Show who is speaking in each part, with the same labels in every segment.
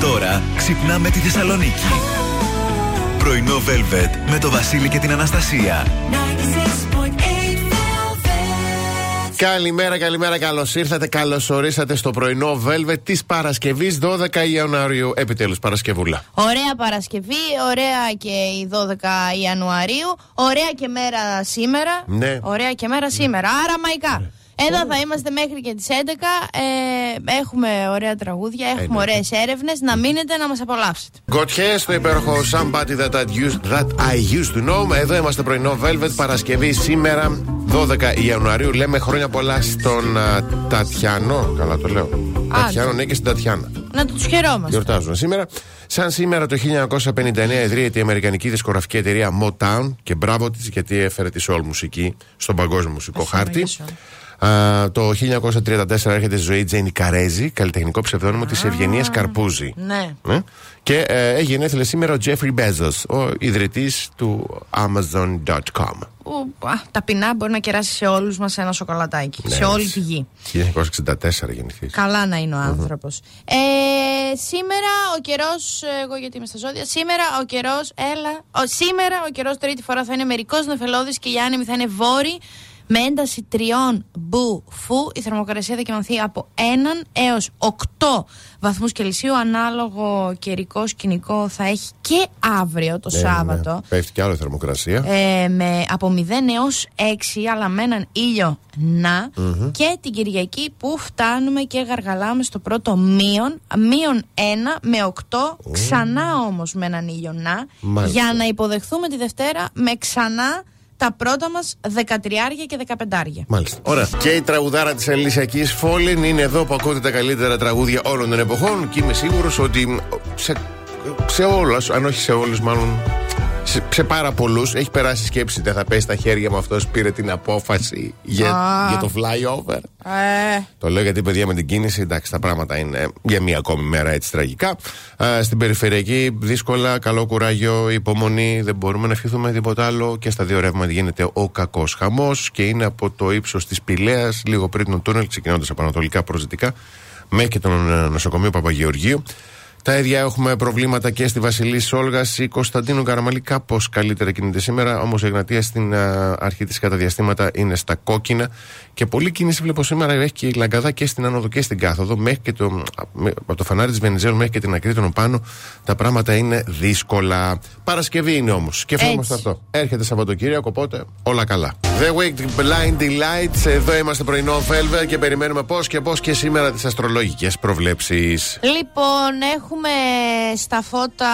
Speaker 1: Τώρα ξυπνάμε τη Θεσσαλονίκη.
Speaker 2: Oh,
Speaker 1: Πρωινό Velvet με το Βασίλη και την Αναστασία.
Speaker 3: Καλημέρα, καλημέρα, καλώς ήρθατε. Καλώς ορίσατε στο πρωινό Velvet της Παρασκευής 12 Ιανουαρίου. Επιτέλους, Παρασκευούλα.
Speaker 4: Ωραία Παρασκευή, ωραία και η 12 Ιανουαρίου. Ωραία και μέρα σήμερα.
Speaker 3: Ναι.
Speaker 4: Ωραία και μέρα σήμερα. Άρα μαϊκά. Εδώ θα είμαστε μέχρι και τις 11. Ε, έχουμε ωραία τραγούδια, έχουμε
Speaker 3: ναι.
Speaker 4: ωραίες έρευνες. Να μείνετε να μας απολαύσετε.
Speaker 3: Γκοτιέ στο υπέροχο Somebody that I, used, that I used to know. Εδώ είμαστε πρωινό Velvet Παρασκευή σήμερα 12 Ιανουαρίου. Λέμε χρόνια πολλά στον α, Τατιανό. Καλά το λέω. Τατιανό, ναι, και στην Τατιάνα.
Speaker 4: Να τους χαιρόμαστε.
Speaker 3: Γιορτάζουν σήμερα. Σαν σήμερα το 1959 ιδρύεται η Αμερικανική δισκογραφική εταιρεία Motown και μπράβο της γιατί έφερε τη soul μουσική στον παγκόσμιο μουσικό χάρτη. Α, το 1934 έρχεται στη ζωή Τζένι Καρέζη, καλλιτεχνικό ψευδόνυμο της Ευγενίας Καρπούζη.
Speaker 4: Ναι.
Speaker 3: Ε, Και ε, έγινε έθελε σήμερα ο Τζέφρι Μπέζος, ο ιδρυτής του Amazon.com.
Speaker 4: Που, α, ταπεινά μπορεί να κεράσει σε όλους μας ένα σοκολατάκι.
Speaker 3: Ναι.
Speaker 4: σε όλη τη γη.
Speaker 3: 1964 γεννηθείς.
Speaker 4: Καλά να είναι ο άνθρωπος. Ε, σήμερα ο καιρός. Εγώ γιατί είμαι στα ζώδια. Σήμερα ο καιρός. Έλα. Ο, σήμερα ο καιρός τρίτη φορά θα είναι μερικός νεφελώδης και οι άνεμοι θα είναι βόρειοι με ένταση τριών μπου φου. Η θερμοκρασία θα κυμανθεί από 1 έω 8 βαθμούς Κελσίου. Ανάλογο καιρικό σκηνικό θα έχει και αύριο το
Speaker 3: Ναι, ναι, ναι.
Speaker 4: Σάββατο.
Speaker 3: Πέφτει κι άλλο η θερμοκρασία.
Speaker 4: Ε, με, από 0 έως 6 αλλά με έναν ήλιο να και την Κυριακή που φτάνουμε και γαργαλάμε στο πρώτο μείον μείον 1 με 8 ξανά όμως με έναν ήλιο να
Speaker 3: Μάλιστα.
Speaker 4: για να υποδεχθούμε τη Δευτέρα με ξανά τα πρώτα μας 13 και 15
Speaker 3: Μάλιστα. Ωραία. Και η τραγουδάρα της Ελισιακή Φόλιν είναι εδώ που ακούτε τα καλύτερα τραγούδια όλων των εποχών και είμαι σίγουρος ότι σε, σε όλου, αν όχι σε όλου, μάλλον σε, σε πάρα πολλούς έχει περάσει η σκέψη. Δεν θα πέσει τα χέρια μου αυτός πήρε την απόφαση για,
Speaker 4: Α.
Speaker 3: για το flyover.
Speaker 4: ε,
Speaker 3: Το λέω γιατί, παιδιά, με την κίνηση, εντάξει, τα πράγματα είναι για μία ακόμη μέρα έτσι τραγικά. Α, στην περιφερειακή, δύσκολα, καλό κουράγιο, υπομονή. Δεν μπορούμε να ευχηθούμε τίποτα άλλο. Και στα δύο ρεύματα γίνεται ο κακός χαμός και είναι από το ύψος της Πηλαίας, λίγο πριν τον τούνελ, ξεκινώντας από ανατολικά προς δυτικά, μέχρι και τον ε, νοσοκομείο Παπαγεωργίου. Τα ίδια έχουμε προβλήματα και στη Βασιλή Σόλγα. Η Κωνσταντίνου Καραμαλή κάπως καλύτερα κινείται σήμερα. Όμως η Εγνατία στην α, αρχή της κατά διαστήματα είναι στα κόκκινα. Και πολλή κίνηση βλέπω σήμερα. Έχει και η Λαγκαδά και στην άνοδο και στην κάθοδο. Μέχρι και το, α, με- από το φανάρι της Βενιζέλου μέχρι και την ακρή των πάνω. Τα πράγματα είναι δύσκολα. Παρασκευή είναι όμως. Σκεφτόμαστε
Speaker 4: Έτσι.
Speaker 3: αυτό. Έρχεται Σαββατοκύριακο, οπότε όλα καλά. The Week Blind Delights. Εδώ είμαστε πρωινό Velvet και περιμένουμε πώς και πώς και σήμερα τις αστρολογικές προβλέψεις.
Speaker 4: Λοιπόν, έχουμε στα φώτα,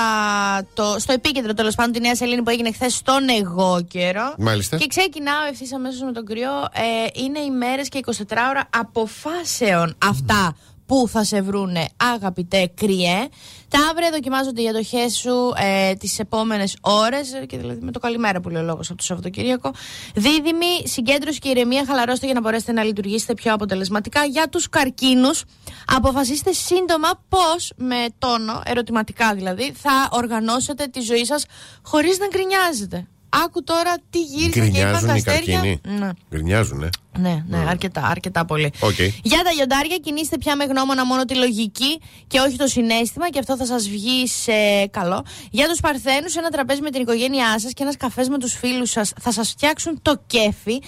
Speaker 4: το, στο επίκεντρο τέλος πάντων τη Νέα Σελήνη που έγινε χθες στον εγώ καιρό.
Speaker 3: Μάλιστα.
Speaker 4: Και ξεκινάω ευθύς αμέσως με τον κρυό. Ε, είναι οι μέρες και 24 ώρα αποφάσεων αυτά που θα σε βρούνε, αγαπητέ κρυέ. Τα αύριο δοκιμάζονται οι ατοχέ σου ε, τις επόμενες ώρες, και δηλαδή με το καλημέρα που λέει ο λόγος από το Σαββατοκύριακο. Δίδυμη, συγκέντρωση και ηρεμία, χαλαρώστε για να μπορέσετε να λειτουργήσετε πιο αποτελεσματικά. Για τους καρκίνους, αποφασίστε σύντομα πώς, με τόνο, ερωτηματικά δηλαδή, θα οργανώσετε τη ζωή σας χωρίς να γκρινιάζετε. Άκου τώρα τι γύρισαν και είπαν τα
Speaker 3: Γκρινιάζουν οι
Speaker 4: αστέρια.
Speaker 3: καρκίνοι.
Speaker 4: Ναι.
Speaker 3: Γκρινιάζουν, ε.
Speaker 4: Ναι, ναι, αρκετά, αρκετά πολύ.
Speaker 3: Οκ.
Speaker 4: Για τα λιοντάρια, κινήστε πια με γνώμονα μόνο τη λογική και όχι το συνέστημα και αυτό θα σας βγει σε καλό. Για τους Παρθένους, ένα τραπέζι με την οικογένειά σας και ένας καφές με τους φίλους σας θα σας φτιάξουν το κέφι.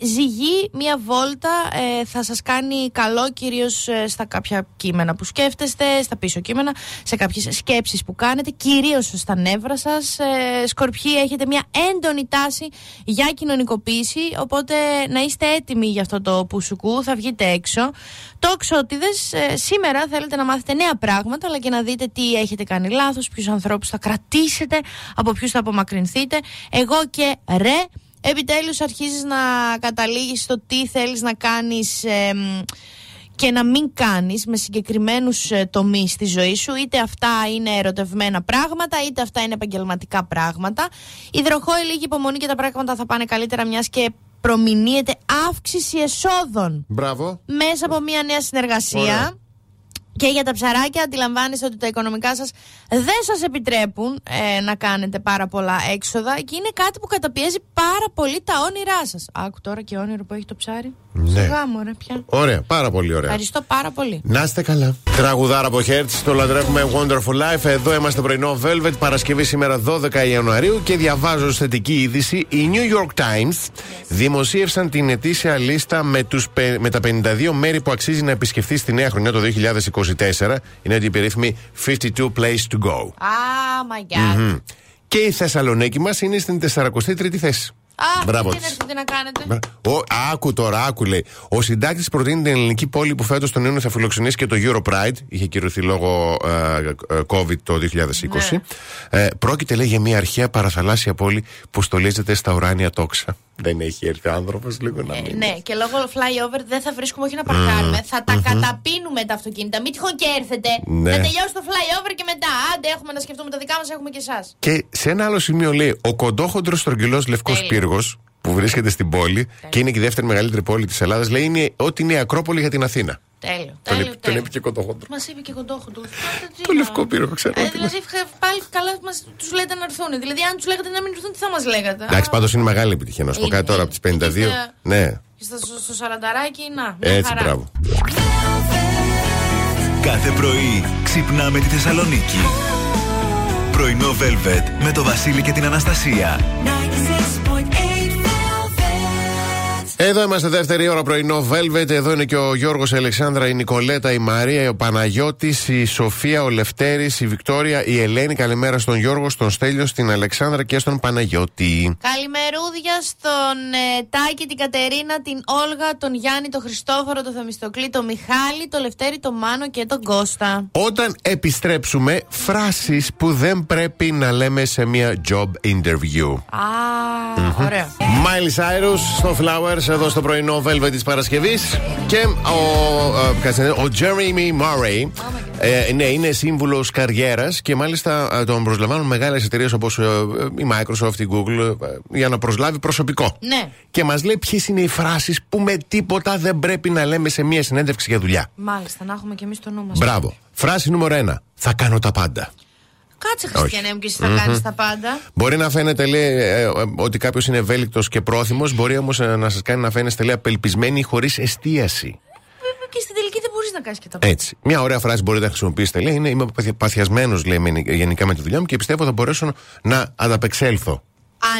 Speaker 4: Ε, ζυγή, μία βόλτα ε, θα σας κάνει καλό, κυρίως στα κάποια κείμενα που σκέφτεστε, στα πίσω κείμενα, σε κάποιες σκέψεις που κάνετε, κυρίως στα νεύρα σας. Ε, σκορπιοί, έχετε μια έντονη τάση για κοινωνικοποίηση, οπότε να είστε έτοιμοι για αυτό το πουσουκού, θα βγείτε έξω. Το ξώτιδες, ε, σήμερα θέλετε να μάθετε νέα πράγματα, αλλά και να δείτε τι έχετε κάνει λάθος, ποιους ανθρώπους θα κρατήσετε, από ποιους θα απομακρυνθείτε. Εγώ και ρε. Επιτέλους αρχίζεις να καταλήγεις στο τι θέλεις να κάνεις εμ, και να μην κάνεις με συγκεκριμένους ε, τομείς στη ζωή σου είτε αυτά είναι ερωτευμένα πράγματα είτε αυτά είναι επαγγελματικά πράγματα Υδροχόη λίγη υπομονή και τα πράγματα θα πάνε καλύτερα μιας και προμηνύεται αύξηση εσόδων
Speaker 3: Μπράβο.
Speaker 4: μέσα από μια νέα συνεργασία
Speaker 3: Ωραία.
Speaker 4: Και για τα ψαράκια, αντιλαμβάνεστε ότι τα οικονομικά σας δεν σας επιτρέπουν ε, να κάνετε πάρα πολλά έξοδα και είναι κάτι που καταπιέζει πάρα πολύ τα όνειρά σας. Άκου τώρα και όνειρο που έχει το ψάρι.
Speaker 3: Ναι.
Speaker 4: Σιγά μου, ρε, πια.
Speaker 3: Ωραία, πάρα πολύ ωραία.
Speaker 4: Ευχαριστώ πάρα πολύ.
Speaker 3: Να είστε καλά. Τραγουδάρα από Hertz, το λατρεύουμε Wonderful Life. Εδώ είμαστε πρωινό Velvet, Παρασκευή σήμερα 12 Ιανουαρίου και διαβάζω ως θετική είδηση. Οι New York Times δημοσίευσαν την ετήσια λίστα με, τους, πε- με τα 52 μέρη που αξίζει να επισκεφθείς στη νέα χρονιά το 2024. Είναι ότι περίφημη 52 Place to Go.
Speaker 4: Ah, my god.
Speaker 3: Και η Θεσσαλονίκη μας είναι στην 43η θέση.
Speaker 4: Α,
Speaker 3: Μπράβο
Speaker 4: τι
Speaker 3: της.
Speaker 4: έρχεται να κάνετε.
Speaker 3: Μπρα- Ο, άκου τώρα, άκου λέει. Ο συντάκτης προτείνει την ελληνική πόλη που φέτος τον Ιούνιο θα φιλοξενήσει και το Euro Pride. Είχε κυρωθεί λόγω ε, ε, COVID
Speaker 4: Ναι.
Speaker 3: το 2020. Ε, πρόκειται, λέει, για μια αρχαία παραθαλάσσια πόλη που στολίζεται στα ουράνια τόξα. Δεν έχει έρθει άνθρωπος λίγο να
Speaker 4: Ε,
Speaker 3: μην.
Speaker 4: Ναι, και λόγω flyover δεν θα βρίσκουμε όχι να παρκάρουμε. Θα τα καταπίνουμε τα αυτοκίνητα. Μην τυχόν και έρθετε.
Speaker 3: Ναι.
Speaker 4: Να τελειώσει το flyover και μετά. Άντε, έχουμε να σκεφτούμε τα δικά μας, έχουμε και εσάς.
Speaker 3: Και σε ένα άλλο σημείο λέει: Ο κοντόχοντρος στρογγυλός λευκός
Speaker 4: Τέλεια.
Speaker 3: πύργος που βρίσκεται στην πόλη και είναι και η δεύτερη μεγαλύτερη πόλη της Ελλάδας λέει είναι ότι είναι η Ακρόπολη για την Αθήνα.
Speaker 4: Τέλειο.
Speaker 3: Τον,
Speaker 4: τέλειο,
Speaker 3: είπε- τον
Speaker 4: τέλειο.
Speaker 3: είπε και κοντόχοντρο.
Speaker 4: Μας είπε και κοντόχοντρο.
Speaker 3: Το λευκό πύργο, ξέρω.
Speaker 4: Ε, δηλαδή, ευχα- πάλι καλά τους λέτε να έρθουν. Δηλαδή, αν τους λέγατε να μην έρθουν, τι θα μας λέγατε.
Speaker 3: Εντάξει,
Speaker 4: Α,
Speaker 3: πάντως είναι μεγάλη επιτυχία να σου πω
Speaker 4: Είναι,
Speaker 3: κάτι τώρα από
Speaker 4: είναι.
Speaker 3: τι 52.
Speaker 4: Είστε-
Speaker 3: Ναι,
Speaker 4: Στο, στο, στο σαρανταράκι, να. μια
Speaker 3: έτσι,
Speaker 4: χαρά.
Speaker 3: μπράβο.
Speaker 1: Κάθε πρωί ξυπνάμε τη Θεσσαλονίκη.
Speaker 2: Oh,
Speaker 1: Πρωινό Velvet με το Βασίλη και την Αναστασία.
Speaker 2: 96.8 Velvet.
Speaker 3: Εδώ είμαστε δεύτερη ώρα πρωινό Velvet. Εδώ είναι και ο Γιώργος η Αλεξάνδρα, η Νικολέτα, η Μαρία, ο Παναγιώτης, η Σοφία, ο Λευτέρης, η Βικτόρια, η Ελένη. Καλημέρα στον Γιώργο, στον Στέλιο, στην Αλεξάνδρα και στον Παναγιώτη.
Speaker 4: Καλημερούδια στον ε, Τάκη, την Κατερίνα, την Όλγα, τον Γιάννη, τον Χριστόφορο, τον Θεμιστοκλή, τον Μιχάλη, τον Λευτέρη, τον Μάνο και τον Κώστα.
Speaker 3: Όταν επιστρέψουμε, φράσεις που δεν πρέπει να λέμε σε μια job interview.
Speaker 4: Α, ωραίο.
Speaker 3: Miley Cyrus στο Flowers εδώ στο πρωινό Velvet της Παρασκευής και ο, ε, κάτσε, ο Jeremy Murray ε, ναι, είναι σύμβουλος καριέρας και μάλιστα ε, τον προσλαμβάνουν μεγάλες εταιρείες όπως ε, ε, η Microsoft, η Google ε, για να προσλάβει προσωπικό.
Speaker 4: Ναι.
Speaker 3: Και μας λέει ποιες είναι οι φράσεις που με τίποτα δεν πρέπει να λέμε σε μια συνέντευξη για δουλειά.
Speaker 4: Μάλιστα, να έχουμε και εμείς το νου μας.
Speaker 3: Μπράβο. Φράση νούμερο 1. Θα κάνω τα πάντα.
Speaker 4: Κάτσε, Χριστιανέ μου, και εσύ θα κάνεις τα πάντα.
Speaker 3: Μπορεί να φαίνεται λέει, ε, ε, ότι κάποιος είναι ευέλικτος και πρόθυμος, μπορεί όμως να σας κάνει να φαίνεστε λέει, απελπισμένοι χωρίς εστίαση.
Speaker 4: Και στην τελική δεν μπορείς να κάνεις και τα πάντα.
Speaker 3: Έτσι. Μια ωραία φράση μπορείτε να χρησιμοποιήσετε. Λέει, είναι, είμαι παθιασμένο γενικά με τη δουλειά μου και πιστεύω θα μπορέσω να ανταπεξέλθω.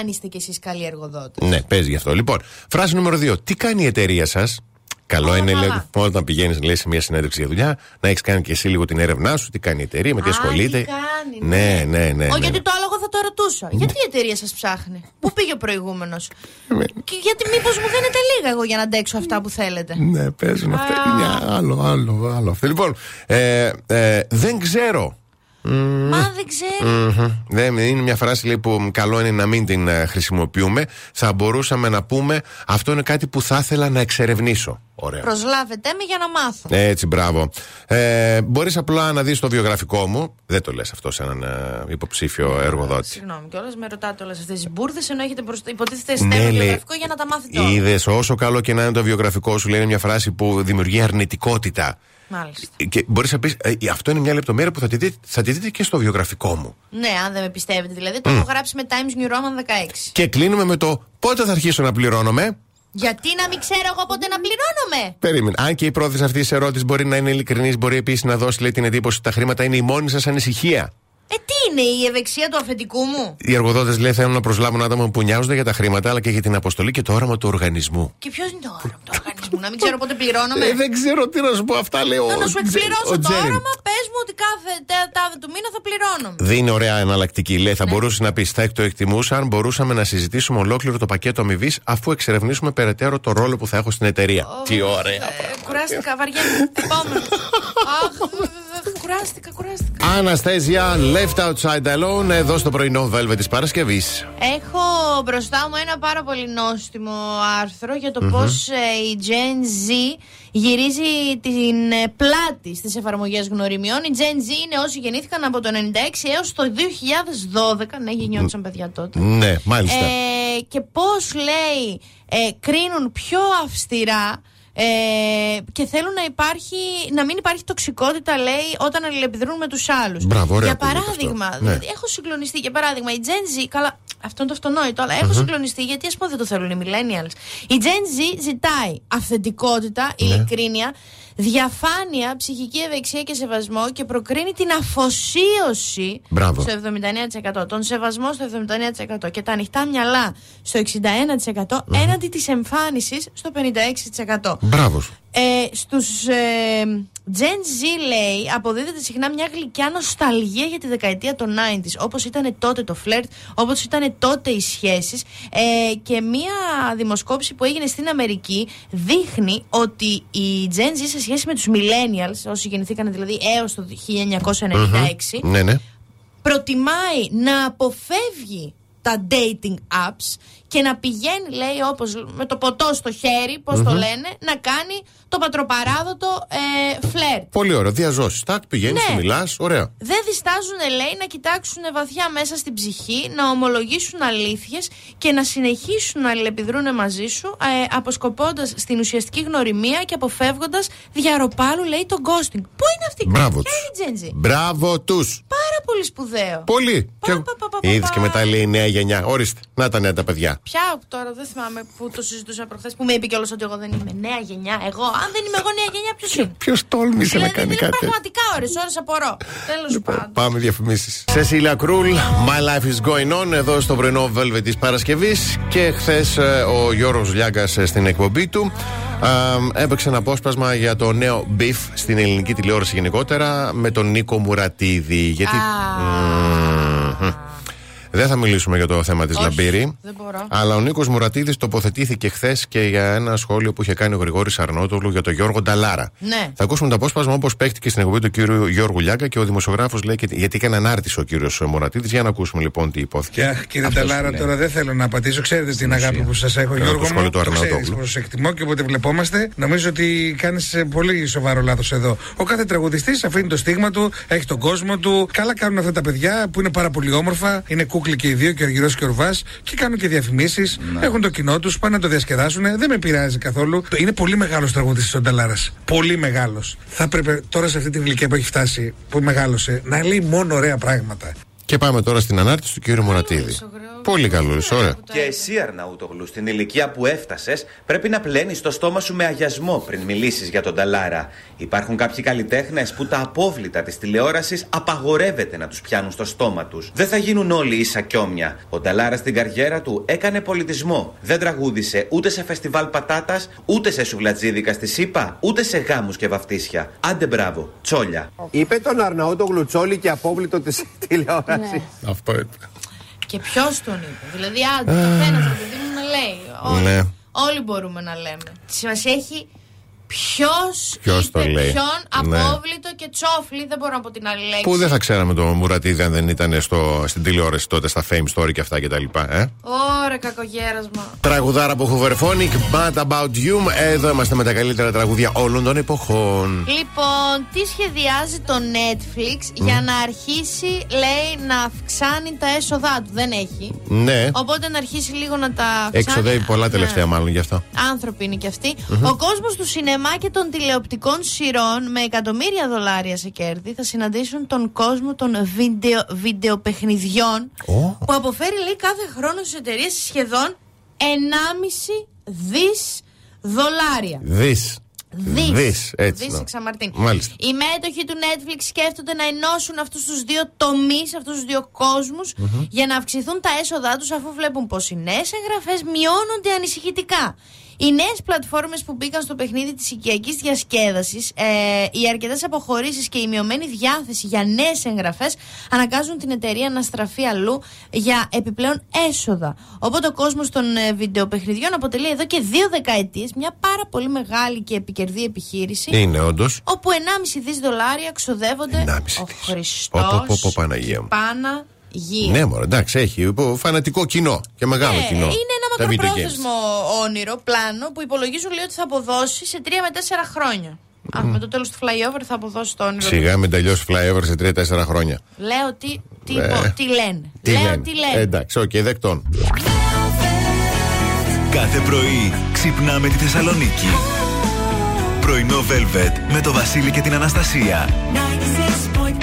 Speaker 4: Αν είστε κι εσείς καλοί εργοδότες.
Speaker 3: Ναι, παίζει γι' αυτό. Λοιπόν, φράση νούμερο 2. Τι κάνει η εταιρεία σας. Καλό
Speaker 4: Όλα
Speaker 3: είναι λέει,
Speaker 4: καλά.
Speaker 3: όταν πηγαίνει σε μια συνέντευξη για δουλειά να έχεις κάνει και εσύ λίγο την έρευνά σου, τι κάνει η εταιρεία, με τι
Speaker 4: Α,
Speaker 3: ασχολείται.
Speaker 4: τι κάνει,
Speaker 3: ναι, ναι, ναι. ναι,
Speaker 4: Όχι, γιατί το άλλο εγώ θα το ρωτούσα. Γιατί η εταιρεία σας ψάχνει. Πού πήγε ο προηγούμενος.
Speaker 3: Ε,
Speaker 4: και γιατί μήπως μου δίνετε λίγα εγώ για να αντέξω αυτά που θέλετε.
Speaker 3: Ναι, παίζουν αυτά. Είναι άλλο, άλλο, άλλο. Αυτό. Λοιπόν, ε, ε, δεν ξέρω.
Speaker 4: Μα δεν ξέρω.
Speaker 3: Μμμ. Δεν, είναι μια φράση λέει, που καλό είναι να μην την ε, χρησιμοποιούμε. Θα μπορούσαμε να πούμε αυτό είναι κάτι που θα ήθελα να εξερευνήσω. Ωραία.
Speaker 4: Προσλάβετε με για να μάθω.
Speaker 3: Έτσι, μπράβο. Ε, Μπορείς απλά να δεις το βιογραφικό μου. Δεν το λες αυτό σε έναν ε, υποψήφιο εργοδότη.
Speaker 4: Συγγνώμη κιόλας, με ρωτάτε όλες αυτές τις μπουρδες ενώ έχετε προσ... υποτίθεται
Speaker 3: Ναι,
Speaker 4: στέλνει
Speaker 3: λέει,
Speaker 4: βιογραφικό για να τα μάθετε όλα.
Speaker 3: Είδες, όσο καλό και να είναι το βιογραφικό σου, λέει είναι μια φράση που δημιουργεί αρνητικότητα.
Speaker 4: Μάλιστα.
Speaker 3: Και μπορείς να πεις, αυτό είναι μια λεπτομέρεια που θα τη, δείτε, θα τη δείτε και στο βιογραφικό μου.
Speaker 4: Ναι, αν δεν με πιστεύετε. Δηλαδή το έχω γράψει με Times New Roman 16.
Speaker 3: Και κλείνουμε με το πότε θα αρχίσω να πληρώνομαι.
Speaker 4: Γιατί να μην ξέρω εγώ πότε να πληρώνομαι.
Speaker 3: Περίμενε. Αν και η πρόθεση αυτής της ερώτησης μπορεί να είναι ειλικρινής, μπορεί επίσης να δώσει λέει, την εντύπωση ότι τα χρήματα είναι η μόνη σας ανησυχία.
Speaker 4: Ε, τι είναι η ευεξία του αφεντικού μου.
Speaker 3: Οι εργοδότες λέει θέλουν να προσλάβουν άτομα που νοιάζονται για τα χρήματα αλλά και για την αποστολή και το όραμα του οργανισμού.
Speaker 4: Και ποιος είναι το όραμα του οργανισμού, να μην ξέρω πότε πληρώνομαι.
Speaker 3: Ε, δεν ξέρω τι να σου πω αυτά, λέει ο,
Speaker 4: Θα να σου
Speaker 3: Τζε- ο
Speaker 4: εκπληρώσω το
Speaker 3: Τζέρι.
Speaker 4: όραμα, πες μου ότι κάθε τε- τάδε του μήνα θα πληρώνομαι.
Speaker 3: Δίνει ωραία εναλλακτική. Λέει, θα
Speaker 4: Ναι.
Speaker 3: μπορούσε να πεις, θα το εκτιμούσα αν μπορούσαμε να συζητήσουμε ολόκληρο το πακέτο αμοιβής αφού εξερευνήσουμε περαιτέρω το ρόλο που θα έχω στην εταιρεία. Τι ωραία.
Speaker 4: Ε, Κουράστηκα, βαριέμαι. Επόμενο. Αχ, ε, ε, κουράστηκα, κουράστηκα.
Speaker 3: Αναστέζια, left outside alone, εδώ στο πρωινό Velvet της Παρασκευής.
Speaker 4: Έχω μπροστά μου ένα πάρα πολύ νόστιμο άρθρο για το πώς ε, η Gen Z γυρίζει την ε, πλάτη στις εφαρμογές γνωριμιών. Η Gen Z είναι όσοι γεννήθηκαν από το 96 έως το 2012. Ναι, γεννιόντουσαν παιδιά τότε.
Speaker 3: Ναι, μάλιστα.
Speaker 4: Ε, και πώς λέει ε, κρίνουν πιο ε, αυστηρά Ε, και θέλουν να, υπάρχει, να μην υπάρχει τοξικότητα, λέει, όταν αλληλεπιδρούν με τους άλλους.
Speaker 3: Μπράβο, ωραία
Speaker 4: Για
Speaker 3: ακούγεται αυτό.
Speaker 4: παράδειγμα,
Speaker 3: Ναι.
Speaker 4: δηλαδή, έχω συγκλονιστεί. Για παράδειγμα, η Gen Z. Καλά, αυτό είναι το αυτονόητο, αλλά έχω συγκλονιστεί γιατί ας πούμε δεν το θέλουν οι Millennials. Η Gen Z ζητάει αυθεντικότητα,
Speaker 3: Ναι.
Speaker 4: ειλικρίνεια, διαφάνεια, ψυχική ευεξία και σεβασμό και προκρίνει την αφοσίωση
Speaker 3: Μπράβο.
Speaker 4: στο 79%, τον σεβασμό στο 79% και τα ανοιχτά μυαλά στο 61% έναντι της εμφάνισης στο 56%.
Speaker 3: Μπράβος.
Speaker 4: Ε, στους ε, Gen Z λέει αποδίδεται συχνά μια γλυκιά νοσταλγία για τη δεκαετία των 90s όπως ήταν τότε το φλερτ, όπως ήταν τότε οι σχέσεις ε, και μια δημοσκόπηση που έγινε στην Αμερική δείχνει ότι οι Gen Z σε σχέση με τους millennials όσοι γεννηθήκαν δηλαδή έως το 1996
Speaker 3: Ναι, ναι.
Speaker 4: προτιμάει να αποφεύγει τα dating apps και να πηγαίνει, λέει, όπως με το ποτό στο χέρι, πως το λένε, να κάνει το πατροπαράδοτο ε, φλερτ.
Speaker 3: Πολύ ωραίο. Διαζώσεις. Τάκ, πηγαίνεις,
Speaker 4: Ναι.
Speaker 3: ναι. μιλάς. Ωραία.
Speaker 4: Δεν διστάζουν, λέει, να κοιτάξουν βαθιά μέσα στην ψυχή, να ομολογήσουν αλήθειες και να συνεχίσουν να αλληλεπιδρούν μαζί σου, ε, αποσκοπώντας στην ουσιαστική γνωριμία και αποφεύγοντας διαροπάλου, λέει, το ghosting. Πού είναι αυτή η
Speaker 3: Μπράβο
Speaker 4: κοπέλα,
Speaker 3: τους.
Speaker 4: η Gen Z?
Speaker 3: Μπράβο τους.
Speaker 4: Πάρα πολύ σπουδαίο.
Speaker 3: Πολύ.
Speaker 4: Πα, πα, πα, πα, πα,
Speaker 3: Είδες
Speaker 4: πα.
Speaker 3: και μετά λέει η νέα γενιά. Ορίστε. Να τα νέα τα παιδιά.
Speaker 4: Ποια τώρα, δεν θυμάμαι που το συζητούσα προχθές που με είπε κιόλας ότι εγώ δεν είμαι νέα γενιά. Εγώ, αν δεν είμαι εγώ νέα γενιά, ποιος είναι.
Speaker 3: Ποιος τόλμησε να
Speaker 4: Δηλαδή,
Speaker 3: κάνει
Speaker 4: είναι
Speaker 3: κάτι. Λοιπόν, τέτοιο.
Speaker 4: πραγματικά ώρες, ώρες απορώ. Τέλο πάντων.
Speaker 3: Πάμε διαφημίσεις. Σεσίλια Κρούλ, My Life is Going On, εδώ στο πρωινό Velvet της Παρασκευής. Και χθες ο Γιώργο Λιάγκα στην εκπομπή του ε, έπαιξε ένα απόσπασμα για το νέο Beef στην ελληνική τηλεόραση γενικότερα με τον Νίκο Μουρατίδη. Γιατί. Μμμ. Δεν θα μιλήσουμε για το θέμα της
Speaker 4: Όχι,
Speaker 3: Λαμπύρη.
Speaker 4: δεν μπορώ.
Speaker 3: Αλλά ο Νίκος Μουρατίδης τοποθετήθηκε χθες και για ένα σχόλιο που είχε κάνει ο Γρηγόρης Αρνότολου για τον Γιώργο Νταλάρα.
Speaker 4: Ναι.
Speaker 3: Θα ακούσουμε το απόσπασμα όπως παίχτηκε στην εκπομπή του κύριου Γιώργου Λιάγκα και ο δημοσιογράφος λέει. και- Γιατί έκανε ανάρτηση ο κύριος Μωρατήτη. Για να ακούσουμε λοιπόν τι υπόθηκε.
Speaker 5: Και αχ, κύριε Ταλάρα, τώρα δεν θέλω να απαντήσω. Ξέρετε την αγάπη που σας έχω,
Speaker 3: Καλά, το
Speaker 5: Γιώργο.
Speaker 3: σχόλιο
Speaker 5: Μου,
Speaker 3: του
Speaker 5: ξέρεις
Speaker 3: Αρναούτογλου.
Speaker 5: πως σε εκτιμώ και όποτε βλεπόμαστε. Νομίζω ότι κάνεις πολύ σοβαρό λάθος εδώ. Ο κάθε τραγουδιστής αφήνει το στίγμα του, έχει τον κόσμο του. Καλά κάνουν αυτά τα παιδιά που είναι πάρα πολύ όμορφα. Είναι κούκλοι και οι δύο, και ο Αργυρό και ο Ορβά. Και κάνουν και διαφημίσεις.
Speaker 3: Ναι.
Speaker 5: Έχουν το κοινό τους, πάνε να το διασκεδάσουν. Δεν με πειράζει καθόλου. Είναι πολύ μεγάλος τραγουδιστής ο Νταλάρας. Πολύ μεγάλος. Θα έπρεπε τώρα σε αυτή την ηλικία που έχει φτάσει, που μεγάλωσε, να λέει μόνο ωραία πράγματα.
Speaker 3: Και πάμε τώρα στην ανάρτηση του κύριου Μωρατίδη. Πολύ καλό, ωραία.
Speaker 6: Και εσύ, Αρναούτογλου, στην ηλικία που έφτασες, πρέπει να πλένεις το στόμα σου με αγιασμό πριν μιλήσεις για τον Ταλάρα. Υπάρχουν κάποιοι καλλιτέχνες που τα απόβλητα της τηλεόρασης απαγορεύεται να τους πιάνουν στο στόμα τους. Δεν θα γίνουν όλοι ίσα κιόμια. Ο Ταλάρα στην καριέρα του έκανε πολιτισμό. Δεν τραγούδησε ούτε σε φεστιβάλ πατάτας, ούτε σε σουβλατζίδικα στη ΣΥΠΑ, ούτε σε γάμους και βαφτίσια. Άντε μπράβο, τσόλια.
Speaker 7: Είπε τον Αρναούτο Γλουτσόλη και απόβλητο της τηλεόρασης.
Speaker 3: Αυτό είπε.
Speaker 4: Και ποιος τον είπε. Δηλαδή, άντε, καθένα από παιδί μου να λέει. Όλοι,
Speaker 3: Ναι.
Speaker 4: όλοι μπορούμε να λέμε. Τη σημασία έχει ποιος
Speaker 3: Ποιος
Speaker 4: είπε
Speaker 3: το λέει.
Speaker 4: ποιον
Speaker 3: Ναι.
Speaker 4: απόβλητο και τσόφλι. Δεν μπορώ να πω την άλλη λέξη.
Speaker 3: Που δεν θα ξέραμε τον Μουρατίδη αν δεν ήταν στο, στην τηλεόραση τότε στα fame story και αυτά κτλ. Ε?
Speaker 4: Ωραία, κακογέρασμα.
Speaker 3: Τραγουδάρα από Hooverphonic, Bad About You. Εδώ είμαστε με τα καλύτερα τραγούδια όλων των εποχών.
Speaker 4: Λοιπόν, τι σχεδιάζει το Netflix για να αρχίσει, λέει, να αυξάνει τα έσοδά του. Δεν έχει.
Speaker 3: Ναι,
Speaker 4: Οπότε να αρχίσει λίγο να τα αυξάνει.
Speaker 3: εξοδεύει πολλά
Speaker 4: Ναι.
Speaker 3: τελευταία μάλλον γι' αυτό.
Speaker 4: Άνθρωποι είναι και αυτοί. Ο κόσμος του σινεμά και των τηλεοπτικών σειρών με εκατομμύρια δολάρια σε κέρδη θα συναντήσουν τον κόσμο των βίντεο, βιντεοπαιχνιδιών
Speaker 3: Ω.
Speaker 4: που αποφέρει λέει κάθε χρόνο στις εταιρείες σχεδόν 1,5 δις δολάρια.
Speaker 3: Δει.
Speaker 4: Δις.
Speaker 3: Δις, έτσι,
Speaker 4: Δις
Speaker 3: ναι.
Speaker 4: εξαμαρτύρει.
Speaker 3: Μάλιστα.
Speaker 4: Οι μέτοχοι του Netflix σκέφτονται να ενώσουν αυτούς τους δύο τομείς, αυτούς τους δύο κόσμους, για να αυξηθούν τα έσοδά τους αφού βλέπουν πως οι νέες εγγραφές μειώνονται ανησυχητικά. Οι νέες πλατφόρμες που μπήκαν στο παιχνίδι της οικιακής διασκέδασης, ε, οι αρκετές αποχωρήσεις και η μειωμένη διάθεση για νέες εγγραφές αναγκάζουν την εταιρεία να στραφεί αλλού για επιπλέον έσοδα. Οπότε ο κόσμος των ε, βιντεοπαιχνιδιών αποτελεί εδώ και δύο δεκαετίες μια πάρα πολύ μεγάλη και επικερδή επιχείρηση
Speaker 3: Είναι όντως.
Speaker 4: όπου 1,5 δις δολάρια ξοδεύονται
Speaker 3: 1,5
Speaker 4: ο
Speaker 3: δις.
Speaker 4: Χριστός
Speaker 3: Πω, πω, πω, πω, Παναγία μου.
Speaker 4: Παναγία.
Speaker 3: Ναι, μωρέ, εντάξει, έχει πο- φανατικό κοινό και μεγάλο
Speaker 4: Ε,
Speaker 3: κοινό.
Speaker 4: είναι ένα
Speaker 3: τα video games.
Speaker 4: μακροπρόθεσμο όνειρο, πλάνο που υπολογίζουν λέει ότι θα αποδώσει σε 3 με 4 χρόνια. Α, με το τέλος του flyover θα αποδώσει το όνειρο.
Speaker 3: Σιγά μην τελειώσει flyover σε 3-4 χρόνια.
Speaker 4: Λέω τι, τι,
Speaker 3: Ναι.
Speaker 4: πω- τι λένε. Λέω τι λένε.
Speaker 3: Εντάξει, οκ, δεκτών.
Speaker 1: Κάθε πρωί ξυπνάμε τη Θεσσαλονίκη. Πρωινό Velvet με το Βασίλη και την Αναστασία.
Speaker 2: Oh, 96.8 velvet.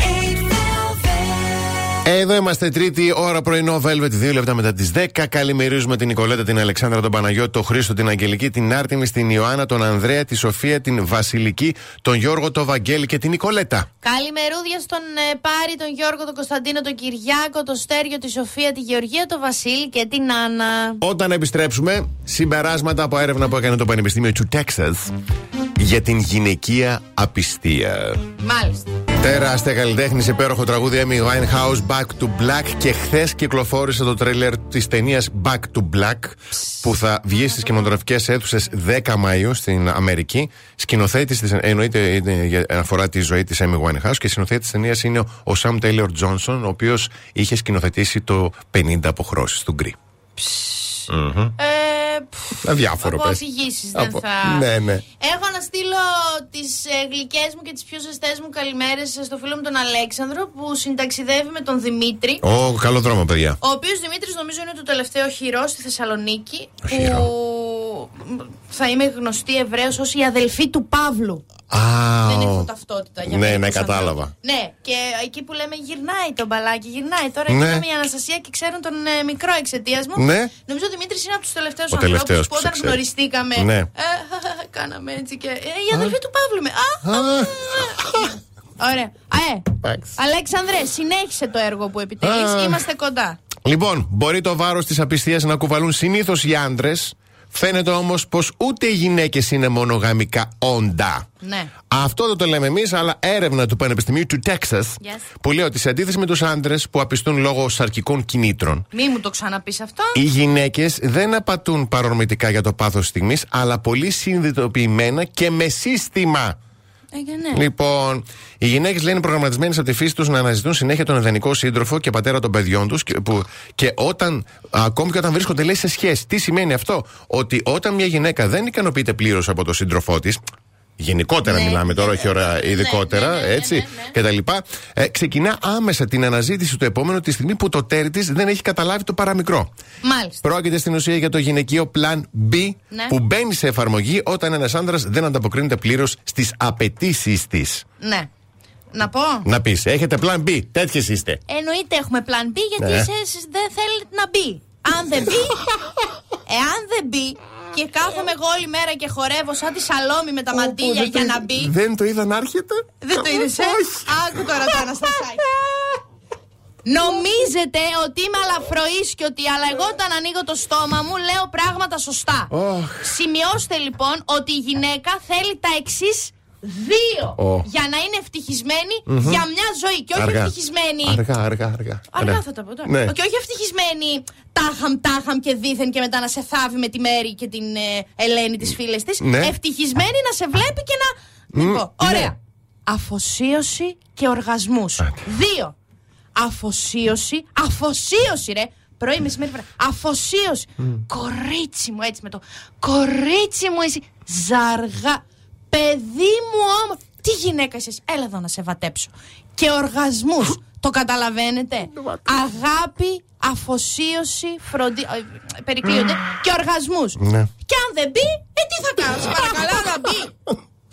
Speaker 3: Εδώ είμαστε τρίτη ώρα πρωινό Velvet, δύο λεπτά μετά τις 10. Καλημερίζουμε την Νικολέτα, την Αλεξάνδρα, τον Παναγιώτη, τον Χρήστο, την Αγγελική, την Άρτιμη, την Ιωάννα, τον Ανδρέα, τη Σοφία, την Βασιλική, τον Γιώργο, τον Βαγγέλη και την Νικολέτα.
Speaker 4: Καλημερούδια στον ε, Πάρη, τον Γιώργο, τον Κωνσταντίνο, τον Κυριάκο, τον Στέριο, τη Σοφία, τη Γεωργία, τον Βασίλη και την Άννα.
Speaker 3: Όταν επιστρέψουμε, συμπεράσματα από έρευνα που έκανε το Πανεπιστήμιο του Τέξα για την γυναικεία απιστία.
Speaker 4: Μάλιστα.
Speaker 3: Τεράστια καλλιτέχνη, υπέροχο τραγούδι Amy Winehouse Back to Black και χθες κυκλοφόρησε το τρέλερ της ταινίας Back to Black που θα βγει στις κινηματογραφικές αίθουσες 10 Μαου στην Αμερική. Σκηνοθέτης της, εννοείται είναι για- αφορά τη ζωή της Amy Winehouse και σκηνοθέτης της ταινίας είναι ο- ο Sam Taylor Johnson, ο οποίος είχε σκηνοθετήσει το 50 αποχρώσεις του Γκρι.
Speaker 4: Ε, πφ,
Speaker 3: Αδιάφορο
Speaker 4: από
Speaker 3: πες.
Speaker 4: αφηγήσει δεν
Speaker 3: Από-
Speaker 4: θα.
Speaker 3: Ναι, ναι.
Speaker 4: Έχω να στείλω τις γλυκές μου και τις πιο ζεστές μου καλημέρες στο φίλο μου τον Αλέξανδρο που συνταξιδεύει με τον Δημήτρη.
Speaker 3: Ω, καλό δρόμο, παιδιά.
Speaker 4: Ο οποίος Δημήτρης νομίζω είναι το τελευταίο χειρό στη Θεσσαλονίκη.
Speaker 3: χειρό.
Speaker 4: Που θα είμαι γνωστή ευρέω ως η αδελφή του Παύλου.
Speaker 3: Α,
Speaker 4: Δεν
Speaker 3: ο-
Speaker 4: έχω ταυτότητα
Speaker 3: Ναι,
Speaker 4: για μερικούς
Speaker 3: ναι,
Speaker 4: ανθρώπους.
Speaker 3: κατάλαβα.
Speaker 4: Ναι, και εκεί που λέμε γυρνάει το μπαλάκι, γυρνάει. Τώρα
Speaker 3: Ναι.
Speaker 4: ναι. η Αναστασία και ξέρουν τον ε, μικρό εξαιτίας μου.
Speaker 3: Ναι.
Speaker 4: Νομίζω ο Δημήτρης είναι από τους τελευταίους
Speaker 3: Ο
Speaker 4: ανθρώπους
Speaker 3: τελευταίος
Speaker 4: που
Speaker 3: που σε
Speaker 4: όταν
Speaker 3: ξέρει.
Speaker 4: γνωριστήκαμε.
Speaker 3: Ναι.
Speaker 4: Ε, κάναμε έτσι και. Ε, η αδελφή του Παύλου με. Α,
Speaker 3: Α,
Speaker 4: Ωραία. Α, ε.
Speaker 3: εντάξει.
Speaker 4: Αλέξανδρε, συνέχισε το έργο που επιτελείς
Speaker 3: Α.
Speaker 4: Είμαστε κοντά.
Speaker 3: Λοιπόν, μπορεί το βάρος της απιστίας να κουβαλούν συνήθως οι άντρες. Φαίνεται όμως πως ούτε οι γυναίκες είναι μονογαμικά όντα.
Speaker 4: Ναι.
Speaker 3: Αυτό δεν το λέμε εμείς, αλλά έρευνα του Πανεπιστημίου του Τέξα
Speaker 4: Yes.
Speaker 3: που λέει ότι σε αντίθεση με τους άντρες που απιστούν λόγω σαρκικών κινήτρων,
Speaker 4: Μη μου το ξαναπείς αυτό.
Speaker 3: οι γυναίκες δεν απατούν παρορμητικά για το πάθος στιγμής, αλλά πολύ συνειδητοποιημένα και με σύστημα.
Speaker 4: Ε, και ναι.
Speaker 3: Λοιπόν, οι γυναίκες λένε προγραμματισμένες από τη φύση τους να αναζητούν συνέχεια τον ιδανικό σύντροφο και πατέρα των παιδιών τους. Και, που- και όταν, ακόμη και όταν βρίσκονται λέει σε σχέση. Τι σημαίνει αυτό, Ότι όταν μια γυναίκα δεν ικανοποιείται πλήρως από τον σύντροφό της. Γενικότερα
Speaker 4: Ναι,
Speaker 3: μιλάμε τώρα,
Speaker 4: ναι,
Speaker 3: όχι ώρα
Speaker 4: ναι,
Speaker 3: ειδικότερα,
Speaker 4: ναι, ναι, ναι,
Speaker 3: έτσι,
Speaker 4: ναι, ναι.
Speaker 3: και τα λοιπά. Ε, ξεκινά άμεσα την αναζήτηση του επόμενου τη στιγμή που το τέρι της δεν έχει καταλάβει το παραμικρό.
Speaker 4: Μάλιστα.
Speaker 3: Πρόκειται στην ουσία για το γυναικείο Plan B
Speaker 4: Ναι.
Speaker 3: που μπαίνει σε εφαρμογή όταν ένας άντρα δεν ανταποκρίνεται πλήρως στις απαιτήσεις της.
Speaker 4: Ναι. Να πω.
Speaker 3: Να πεις, έχετε Plan B, τέτοιες είστε.
Speaker 4: Εννοείται έχουμε plan B γιατί
Speaker 3: Ναι.
Speaker 4: εσείς δεν θέλετε να μπει. Αν δεν μπει, εάν δεν μπει και κάθομαι εγώ όλη μέρα και χορεύω σαν τη σαλόμη με τα μαντίλια για να μπει.
Speaker 3: Δεν το είδα να έρχεται.
Speaker 4: Δεν το είδες, ε? Άκου τώρα το Αναστασάκι. Νομίζετε ότι είμαι αλαφροής και ότι αλλά εγώ όταν ανοίγω το στόμα μου λέω πράγματα σωστά.
Speaker 3: Ωχ.
Speaker 4: Σημειώστε λοιπόν ότι η γυναίκα θέλει τα εξής δύο
Speaker 3: Ω.
Speaker 4: για να είναι ευτυχισμένη για μια ζωή και όχι
Speaker 3: Αργά.
Speaker 4: ευτυχισμένη.
Speaker 3: Αργά, αργά, αργά.
Speaker 4: Αργά
Speaker 3: Ναι.
Speaker 4: θα τα πω τώρα.
Speaker 3: Ναι.
Speaker 4: Και όχι ευτυχισμένη τάχαμ, τάχαμ και δίθεν και μετά να σε θάβει με τη Μέρη και την ε, Ελένη, τις φίλες της.
Speaker 3: Ναι.
Speaker 4: Ευτυχισμένη να σε βλέπει και να.
Speaker 3: Μμ,
Speaker 4: Λοιπόν, ωραία.
Speaker 3: ναι.
Speaker 4: Αφοσίωση και οργασμούς.
Speaker 3: Άντε.
Speaker 4: Δύο. Αφοσίωση. Αφοσίωση, ρε. Πρωί, μεσημέρι, βράδυ. Αφοσίωση. Κορίτσι μου, έτσι με το. Κορίτσι μου, εσύ. Ζαργά. Παιδί μου όμως. Τι γυναίκα είσαι, εσύ. έλα εδώ να σε βατέψω. Και οργασμούς, Το καταλαβαίνετε. Αγάπη, αφοσίωση, φροντί. ε, Περικλείονται. Και οργασμούς
Speaker 3: Ναι.
Speaker 4: Και αν δεν μπει, ε, τι θα κάνω. Σε παρακαλώ να μπει.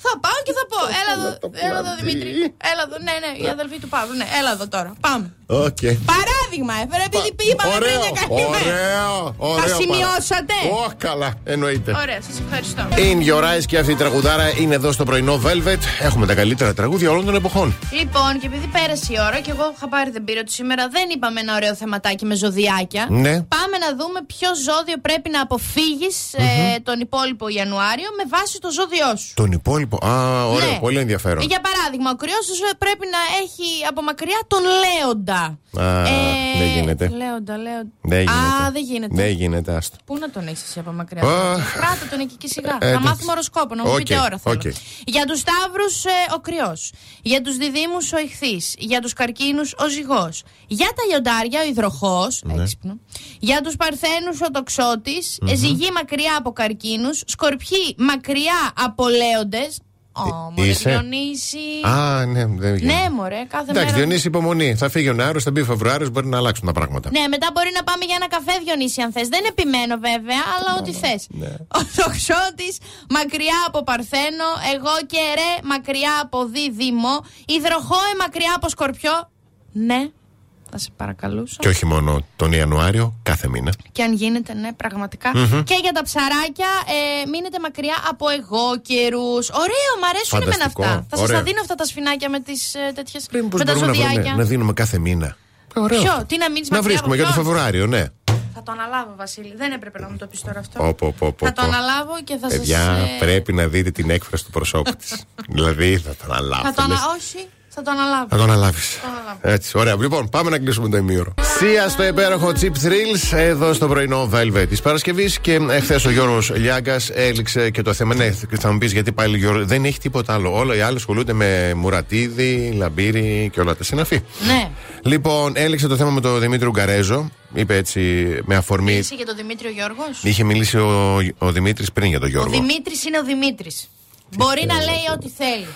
Speaker 4: Θα πάω και θα πω. Έλα εδώ, έλα εδώ Δημήτρη. Έλα εδώ, ναι, ναι, η αδελφή του Παύλου. Ναι, έλα εδώ τώρα. Πάμε.
Speaker 3: Οκ.
Speaker 4: Παράδειγμα, έφερε επειδή είπαμε πριν
Speaker 3: Ωραίο,
Speaker 4: για καλή μέρα.
Speaker 3: ωραίο, ωραίο. πάρα-
Speaker 4: σημειώσατε?
Speaker 3: Ωχ, καλά, εννοείται.
Speaker 4: Ωραία, σας ευχαριστώ.
Speaker 3: In Your Eyes και αυτή η τραγουδάρα είναι εδώ στο πρωινό Velvet. Έχουμε τα καλύτερα τραγούδια όλων των εποχών.
Speaker 4: Λοιπόν, και επειδή πέρασε η ώρα και εγώ είχα πάρει δεν πήρα του σήμερα, δεν είπαμε ένα ωραίο θεματάκι με ζωδιάκια.
Speaker 3: Ναι.
Speaker 4: Πάμε να δούμε ποιο ζώδιο πρέπει να αποφυγει τον υπόλοιπο Ιανουάριο με βάση το ζώδιό σου.
Speaker 3: Τον υπόλοιπο. Α, ωραίο,
Speaker 4: Ναι.
Speaker 3: πολύ ενδιαφέρον.
Speaker 4: Για παράδειγμα, ο κρυός πρέπει να έχει από μακριά τον Λέοντα. Ε,
Speaker 3: Α, δεν γίνεται.
Speaker 4: Λέοντα, Λέοντα.
Speaker 3: Δεν γίνεται.
Speaker 4: Α, δεν γίνεται.
Speaker 3: Δεν γίνεται, άστο.
Speaker 4: Πού να τον έχεις από μακριά.
Speaker 3: Α.
Speaker 4: Κράτα τον εκεί και σιγά.
Speaker 3: Ε,
Speaker 4: Να
Speaker 3: εντάξει.
Speaker 4: μάθουμε οροσκόπο, να μου
Speaker 3: Οκ,
Speaker 4: πείτε ώρα. θέλω.
Speaker 3: οκ.
Speaker 4: Για τους Σταύρους ο κρυός. Για τους Διδήμου ο ηχθής. Για τους Καρκίνους ο ζυγός. Για τα Λιοντάρια ο υδροχός.
Speaker 3: Ναι.
Speaker 4: Έξυπνο. Για τους Παρθένους ο τοξότης. Ζυγοί μακριά από καρκίνους. Σκορπιοί μακριά από λέοντες. Ω,
Speaker 3: Ε,
Speaker 4: μωρέ,
Speaker 3: είσαι?
Speaker 4: Διονύση.
Speaker 3: Α, ναι, δεν γίνεται.
Speaker 4: Ε. Ναι, μωρέ, κάθε
Speaker 3: Εντάξει,
Speaker 4: μέρα.
Speaker 3: Διονύση, υπομονή. Θα φύγει ο Νεάρος, θα μπει Φεβρουάριος, μπορεί να αλλάξουν τα πράγματα.
Speaker 4: Ναι, μετά μπορεί να πάμε για ένα καφέ, Διονύση, αν θες. Δεν επιμένω, βέβαια, αλλά
Speaker 3: Ναι,
Speaker 4: ό,τι θε. Ο Τοξότη, μακριά από Παρθένο. Εγώ και ρε, μακριά από Δίδυμο. Υδροχόε, μακριά από Σκορπιό. Ναι, θα σε παρακαλούσα.
Speaker 3: Και όχι μόνο τον Ιανουάριο, κάθε μήνα.
Speaker 4: Και αν γίνεται, ναι, πραγματικα Και για τα ψαράκια, ε, μείνετε μακριά από εγώ καιρούς. Ωραίο, μ' αρέσουν εμένα
Speaker 3: Φανταστικό,
Speaker 4: αυτά. Θα σας τα
Speaker 3: ωραίο.
Speaker 4: δίνω αυτά τα σφινάκια με τις ε, τέτοιες.
Speaker 3: Πριν πώς
Speaker 4: Με τα
Speaker 3: μπορούμε να, βρούμε- ναι,
Speaker 4: ζωδιάκια.
Speaker 3: να δίνουμε κάθε μήνα. Ε, Ωραίο.
Speaker 4: Ποιο,
Speaker 3: αυτό.
Speaker 4: τι να μείνεις
Speaker 3: να βρίσκουμε για το Φεβρουάριο, ναι.
Speaker 4: Θα το αναλάβω, Βασίλη. Δεν έπρεπε να μου το πεις τώρα αυτό.
Speaker 3: Πω, πω, πω, πω,
Speaker 4: θα το
Speaker 3: πω.
Speaker 4: αναλάβω και θα ε, σα.
Speaker 3: Παιδιά, πρέπει να δείτε την έκφραση του προσώπου της. δηλαδή, θα το αναλάβει.
Speaker 4: Θα το ανα... Όχι, θα το αναλάβω.
Speaker 3: Θα το αναλάβεις.
Speaker 4: αναλάβω.
Speaker 3: Έτσι, ωραία. Λοιπόν, πάμε να κλείσουμε το ημίωρο. Σία στο υπέροχο Chip Thrills εδώ στο πρωινό Velvet της Παρασκευής. Και εχθές ο Γιώργος Λιάγκας έληξε και το θέμα. Ναι, θα μου πεις γιατί πάλι Γιώργο. Δεν έχει τίποτα άλλο. Όλα οι άλλοι ασχολούνται με Μουρατίδη, Λαμπύρη και όλα τα συναφή.
Speaker 4: Ναι.
Speaker 3: Λοιπόν, έληξε το θέμα με τον Δημήτρη Ουγγαρέζο. Είπε έτσι με αφορμή.
Speaker 4: Είσαι για τον Δημήτριο Γιώργος.
Speaker 3: Είχε μιλήσει ο, ο Δημήτρης πριν για τον
Speaker 4: Ο
Speaker 3: Γιώργο.
Speaker 4: Δημήτρης είναι ο Δημήτρης. Μπορεί να λέει ό,τι θέλει.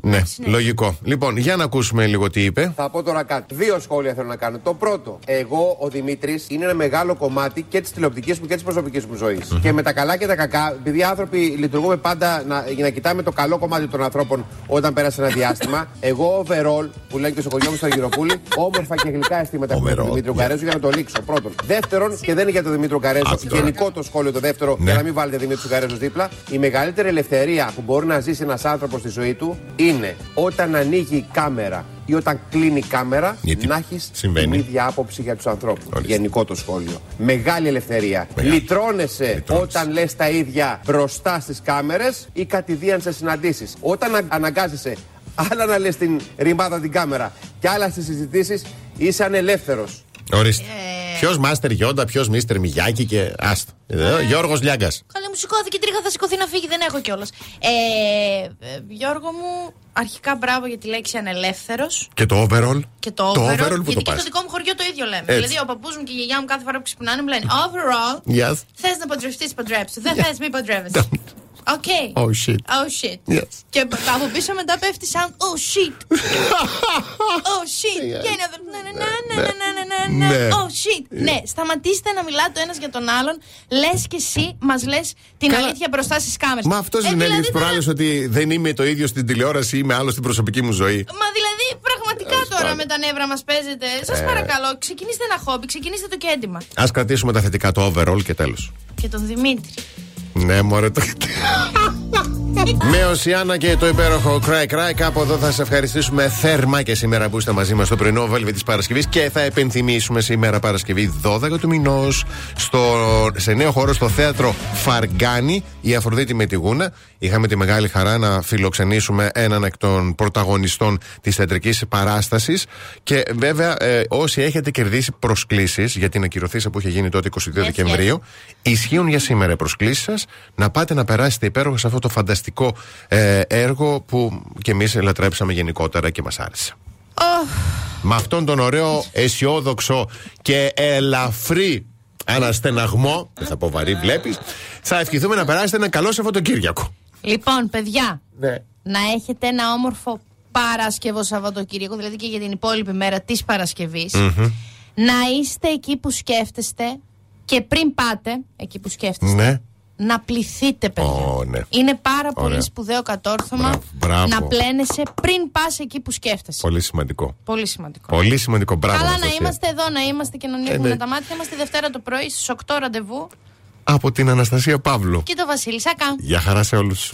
Speaker 3: Ναι, λογικό. Λοιπόν, για να ακούσουμε λίγο τι είπε.
Speaker 7: Θα πω τώρα κάτι. Δύο σχόλια θέλω να κάνω. Το πρώτο, εγώ ο Δημήτρης είναι ένα μεγάλο κομμάτι και της τηλεοπτικής μου και της προσωπικής μου ζωη Και με τα καλά και τα κακά, επειδή οι άνθρωποι λειτουργούμε πάντα να, για να κοιτάμε το καλό κομμάτι των ανθρώπων όταν πέρασε ένα διάστημα. εγώ overall, που λέει και ο Σοκολιώμη στο Γυροπούλη, όμορφα και γλυκά αισθήματα με τον
Speaker 3: Overall,
Speaker 7: Δημήτρη
Speaker 3: ναι.
Speaker 7: Καρέζο για να το λήξω. Πρώτον. Δεύτερον, και δεν είναι για τον Δημήτρη Καρέζο,
Speaker 3: Άκου τώρα.
Speaker 7: γενικό το σχόλιο το δεύτερο,
Speaker 3: Ναι.
Speaker 7: για να μην βάλετε Δημήτρη Καρέζο δίπλα. Η μεγαλύτερη ελευθερία που μπορεί να ζήσει ένας άνθρωπος στη ζωή του είναι όταν ανοίγει η κάμερα ή όταν κλείνει η κάμερα
Speaker 3: Γιατί
Speaker 7: να έχεις την
Speaker 3: συμβαίνει.
Speaker 7: ίδια άποψη για τους ανθρώπους.
Speaker 3: Ορίστε.
Speaker 7: Γενικό το σχόλιο. Μεγάλη ελευθερία.
Speaker 3: Μεγάλη.
Speaker 7: Λυτρώνεσαι
Speaker 3: Λυτρώνεσαι.
Speaker 7: όταν λες τα ίδια μπροστά στις κάμερες ή κατηδίαν σε συναντήσεις. Όταν α- αναγκάζεσαι άλλα να λες την ρημάδα την κάμερα και άλλα στις συζητήσεις, είσαι ανελεύθερος.
Speaker 3: Ορίστε.
Speaker 4: Ε.
Speaker 3: Ποιος Μάστερ Γιόντα, ποιος Μίστερ Μιγιάκη και άστα. Εδώ,
Speaker 4: Ε.
Speaker 3: Γιώργος Λιάγκας.
Speaker 4: Καλή μου σηκώθηκε τρίχα, θα σηκωθεί να φύγει, δεν έχω κιόλας. Ε, ε, Γιώργο μου, αρχικά μπράβο για τη λέξη ανελεύθερος.
Speaker 3: Και το overall.
Speaker 4: Και το overall.
Speaker 3: που
Speaker 4: γιατί
Speaker 3: το
Speaker 4: και
Speaker 3: πας.
Speaker 4: στο δικό μου χωριό το ίδιο λέμε.
Speaker 3: Έτσι.
Speaker 4: Δηλαδή, ο παππούς μου και η γιαγιά μου κάθε φορά που ξυπνάνε μου λένε overall.
Speaker 3: Yes.
Speaker 4: Θες να παντρευτείς, παντρέψου. Δεν θες, μην παντρεύεσαι.
Speaker 3: Don't.
Speaker 4: Οκ.
Speaker 3: Oh, shit.
Speaker 4: Oh shit.
Speaker 3: Yes.
Speaker 4: Και από πίσω μετά πέφτει σαν oh shit. oh shit. Και είναι εδώ. Ναι, ναι, ναι, ναι, ναι, ναι, ναι, ναι.
Speaker 3: Ναι.
Speaker 4: Oh shit. Ναι, σταματήστε να μιλάτε ο ένας για τον άλλον. Λες και εσύ μας λες την
Speaker 3: Καλά.
Speaker 4: αλήθεια μπροστά Ε, στις κάμερες.
Speaker 3: Μα αυτός
Speaker 4: δηλαδή,
Speaker 3: συνέβη τι προάλλε ότι δεν είμαι το ίδιο στην τηλεόραση, είμαι άλλο στην προσωπική μου ζωή.
Speaker 4: Μα δηλαδή, πραγματικά
Speaker 3: Ε,
Speaker 4: τώρα με τα νεύρα μας παίζετε. Σας παρακαλώ, ξεκινήστε ένα χόμπι, ξεκινήστε το κέντημα.
Speaker 3: Ας κρατήσουμε τα θετικά, το overall και τέλος.
Speaker 4: Και τον Δημήτρη.
Speaker 3: Ναι, μωρέ το. Με Οσιάνα και το υπέροχο Cry Cry, κάπου εδώ θα σα ευχαριστήσουμε θέρμα και σήμερα που είστε μαζί μας στο πρωινό Velvet της Παρασκευής και θα επενθυμίσουμε σήμερα Παρασκευή 12 του μηνός σε νέο χώρο στο θέατρο Φαργκάνη, η Αφροδίτη με τη Γούνα. Είχαμε τη μεγάλη χαρά να φιλοξενήσουμε έναν εκ των πρωταγωνιστών της θεατρικής παράστασης και βέβαια ε, όσοι έχετε κερδίσει προσκλήσεις για την ακυρωθήσα που είχε γίνει τότε 22 Δεκεμβρίου, ισχύουν για σήμερα οι προσκλήσεις σας να πάτε να περάσετε υπέροχα σε αυτό το φανταστικό ε, έργο που κι εμείς λατρέψαμε γενικότερα και μας άρεσε. Με αυτόν τον ωραίο, αισιόδοξο και ελαφρύ αναστεναγμό, δεν θα πω βαρύ, βλέπεις, θα ευχηθούμε να περάσετε ένα καλό Σαββατοκύριακο.
Speaker 4: Λοιπόν, παιδιά,
Speaker 3: Ναι.
Speaker 4: να έχετε ένα όμορφο Παρασκευό Σαββατοκύριακο, δηλαδή και για την υπόλοιπη μέρα της παρασκευης Να είστε εκεί που σκέφτεστε και πριν πάτε εκεί που σκέφτεστε.
Speaker 3: Ναι.
Speaker 4: Να πληθείτε, παιδιά.
Speaker 3: Ω, ναι.
Speaker 4: Είναι πάρα πολύ
Speaker 3: Ωραία.
Speaker 4: σπουδαίο κατόρθωμα
Speaker 3: Μπράβο, μπράβο.
Speaker 4: να πλένεσαι πριν πας εκεί που σκέφτεσαι. Πολύ,
Speaker 3: Πολύ σημαντικό. σημαντικό.
Speaker 4: σημαντικό.
Speaker 3: Πολύ σημαντικό. Μπράβο.
Speaker 4: Καλά να
Speaker 3: Αναστασία.
Speaker 4: είμαστε εδώ, να είμαστε και να ανοίγουμε
Speaker 3: ναι.
Speaker 4: τα μάτια μας τη Δευτέρα το πρωί στις 8 ραντεβού
Speaker 3: Από την Αναστασία Παύλου.
Speaker 4: και το Βασίλη Σακά.
Speaker 3: Γεια χαρά σε όλους.